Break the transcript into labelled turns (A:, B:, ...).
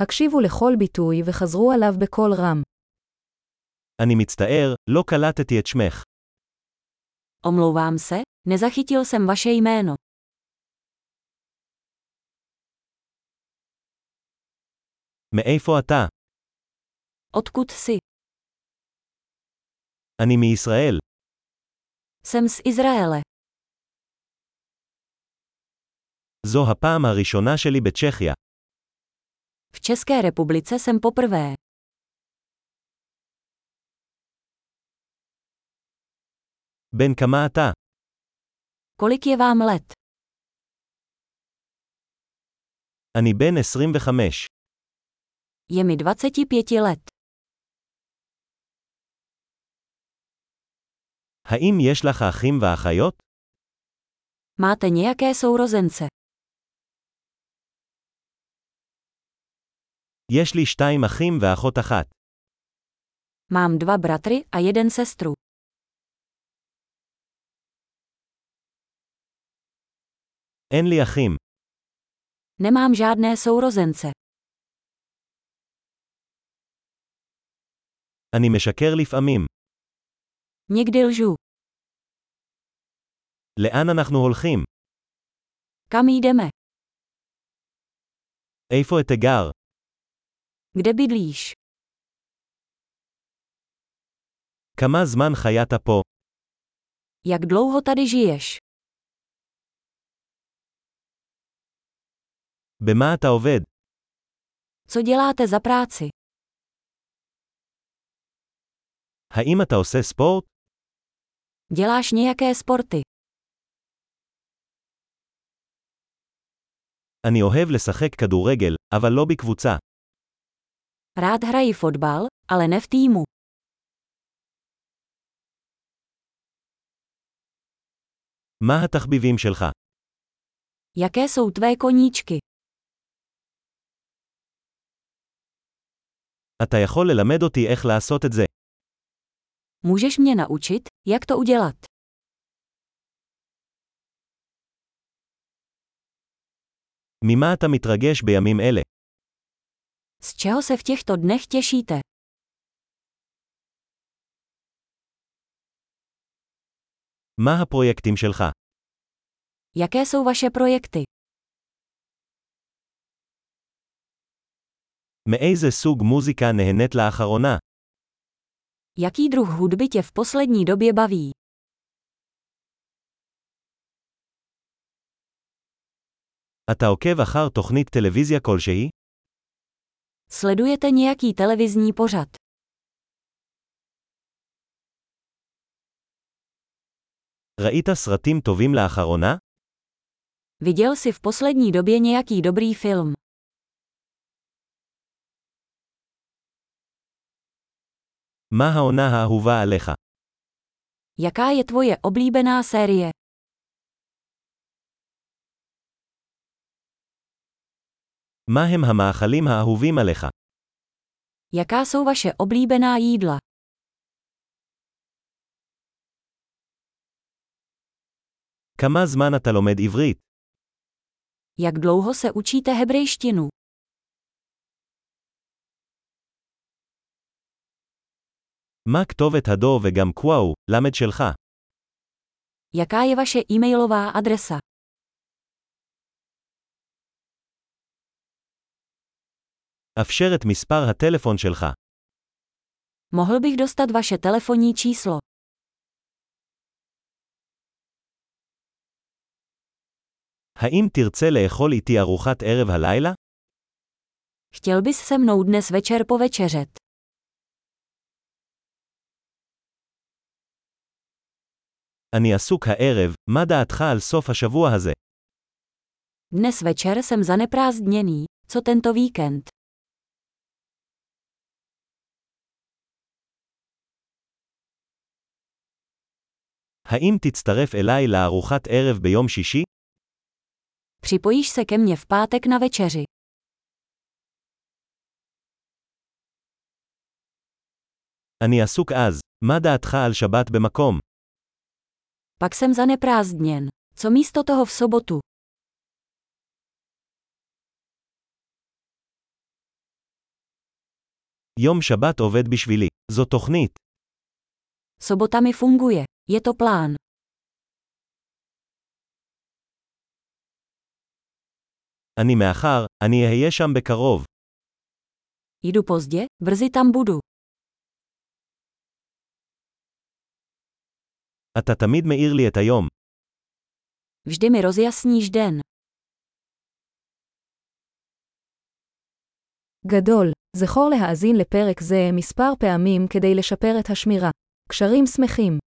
A: הקשיבו לכל ביטוי וחזרו עליו בקול רם.
B: אני מצטער, לא קלטתי את שמך.
C: Omlouvám se, nezachytil jsem vaše jméno.
B: מאיפה אתה?
C: Odkud jsi?
B: אני מישראל.
C: Jsem z Izraele.
B: זו הפעם הראשונה שלי בצ'כיה.
C: V České republice jsem poprvé.
B: בן כמה אתה?
C: Kolik je vám let?
B: אני בן 25.
C: Je mi 25 let.
B: האם יש לך אחים ואחיות?
C: Máte nějaké sourozence?
B: יש לי שתיים אחים ואחות אחת.
C: Mám dva bratry a jeden sestru.
B: אין לי אחים.
C: Nemám žádné sourozence.
B: אני משקר לפעמים.
C: Někdy lžu.
B: לאן אנחנו הולכים?
C: Kam jdeme?
B: איפה את הגר?
C: Kde bydlíš?
B: כמה זמן חיית פה?
C: Jak dlouho tady žiješ?
B: במה אתה עובד?
C: Co děláte za práci?
B: האם אתה עושה ספורט?
C: Děláš nějaké sporty?
B: אני אוהב לשחק כדורגל, אבל לא בקבוצה.
C: Rád hrají fotbal, ale ne v týmu.
B: מה התחביבים שלך?
C: Jaké jsou tvé koníčky?
B: אתה יכול ללמד אותי איך לעשות את זה.
C: Můžeš mě naučit, jak to udělat?
B: ממה אתה מתרגש בימים אלה?
C: Z čeho se v těchto dnech těšíte?
B: מה הפרויקטים שלך?
C: Jaké jsou vaše projekty?
B: מאיזה סוג מוזיקה נהנית לאחרונה?
C: Jaký druh hudby tě v poslední době baví?
B: אתה עוקב אחר תוכנית טלוויזיה כלשהי?
C: Sledujete nějaký televizní pořad?
B: ראית סרטים טובים לאחרונה?
C: Viděl jsi v poslední době nějaký dobrý film?
B: מה העונה האהובה עליך?
C: Jaká je tvoje oblíbená série?
B: מה הם המאכלים האהובים עליך?
C: Jaká jsou vaše oblíbená jídla?
B: כמה זמן אתה לומד עברית?
C: Jak dlouho se učíte hebrejštinu?
B: מה כתובת הדור וגם קוואו, למד שלך?
C: Jaká je vaše e-mailová adresa?
B: אפשר את מספר הטלפון שלך.
C: Mohl bych dostat vaše telefonní číslo.
B: האם תרצה לאכול איתי ארוחת ערב הלילה?
C: Chtěl bys se mnou dnes večer povečeřet?
B: אני עסוק הערב, מה דעתך על סוף השבוע הזה?
C: Dnes večer jsem zaneprázdněný, co tento víkend?
B: האם תצטרף אליי לארוחת ערב ביום שישי?
C: Připojíš se ke mně v pátek na večeři.
B: אני עסוק אז, מה דעתך על שבת במקום?
C: Pak jsem zaneprázdněn. Co místo toho v sobotu?
B: יום שבת עובד בשבילי. זו תוכנית.
C: Sobota mi funguje. Je to plán.
B: אני מאחר, אני אהיה שם בקרוב.
C: Jdu pozdě, brzy tam budu.
B: אתה תמיד מאיר לי את היום.
C: Vždy mi rozjasníš den.
A: גדול, זכור להאזין לפרק זה מספר פעמים כדי לשפר את השמירה. קשרים שמחים